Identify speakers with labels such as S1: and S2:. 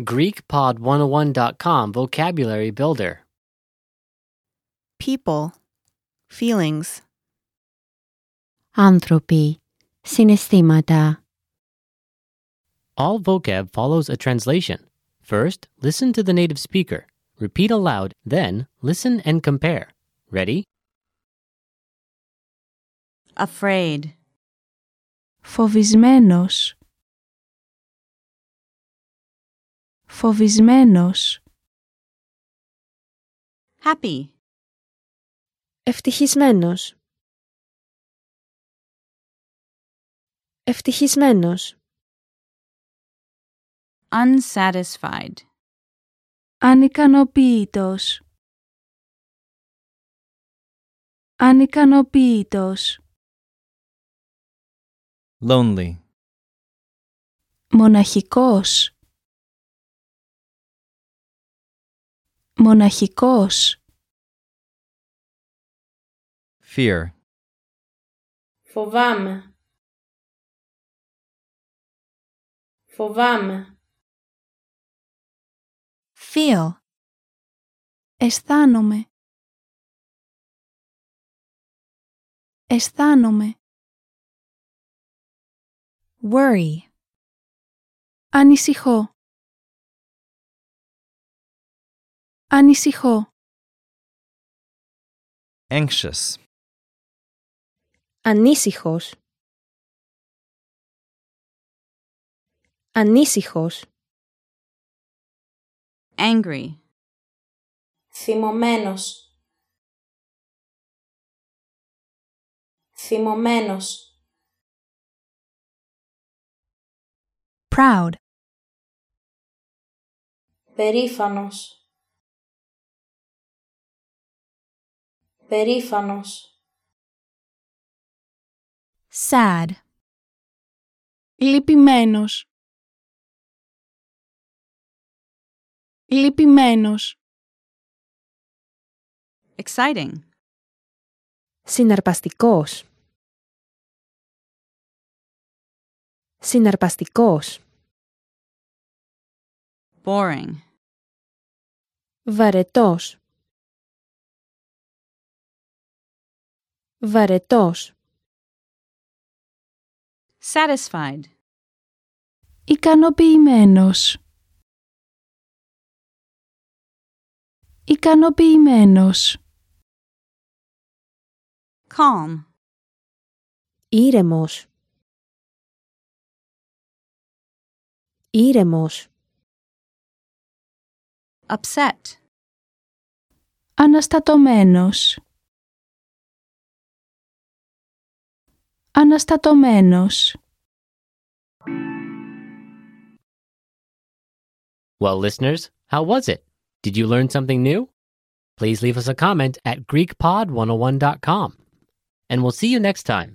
S1: GreekPod101.com Vocabulary Builder.
S2: people, feelings,
S3: άνθρωποι, συναισθήματα,
S1: All vocab follows a translation. First, listen to the native speaker. Repeat aloud, then, listen and compare. Ready?
S2: afraid,
S4: Φοβισμένος. Φοβισμένος.
S2: happy,
S4: Ευτυχισμένος. Ευτυχισμένος.
S2: unsatisfied,
S4: Ανικανοποίητος. Ανικανοποίητος.
S5: lonely,
S4: Μοναχικός. Μοναχικός.
S5: fear,
S6: Φοβάμαι. Φοβάμαι.
S4: Feel. Αισθάνομαι. Αισθάνομαι. Worry. Ανησυχώ. Ανησυχώ.
S5: anxious,
S4: Ανήσυχος. Ανήσυχος.
S2: angry,
S6: Θυμωμένος. Θυμωμένος.
S4: Proud.
S6: Περήφανος. Περήφανος.
S4: Sad. Λυπημένος. Λυπημένος.
S2: exciting,
S4: Συναρπαστικός. Συναρπαστικός.
S2: boring,
S4: Βαρετός. Βαρετός.
S2: satisfied,
S4: Ικανοποιημένος. Ικανοποιημένος.
S2: calm,
S4: Ήρεμος. Ήρεμος.
S2: upset,
S4: Αναστατωμένος. Αναστατωμένος.
S1: Well, listeners, how was it? Did you learn something new? oh Please leave us a comment at GreekPod101.com. And we'll see you next time.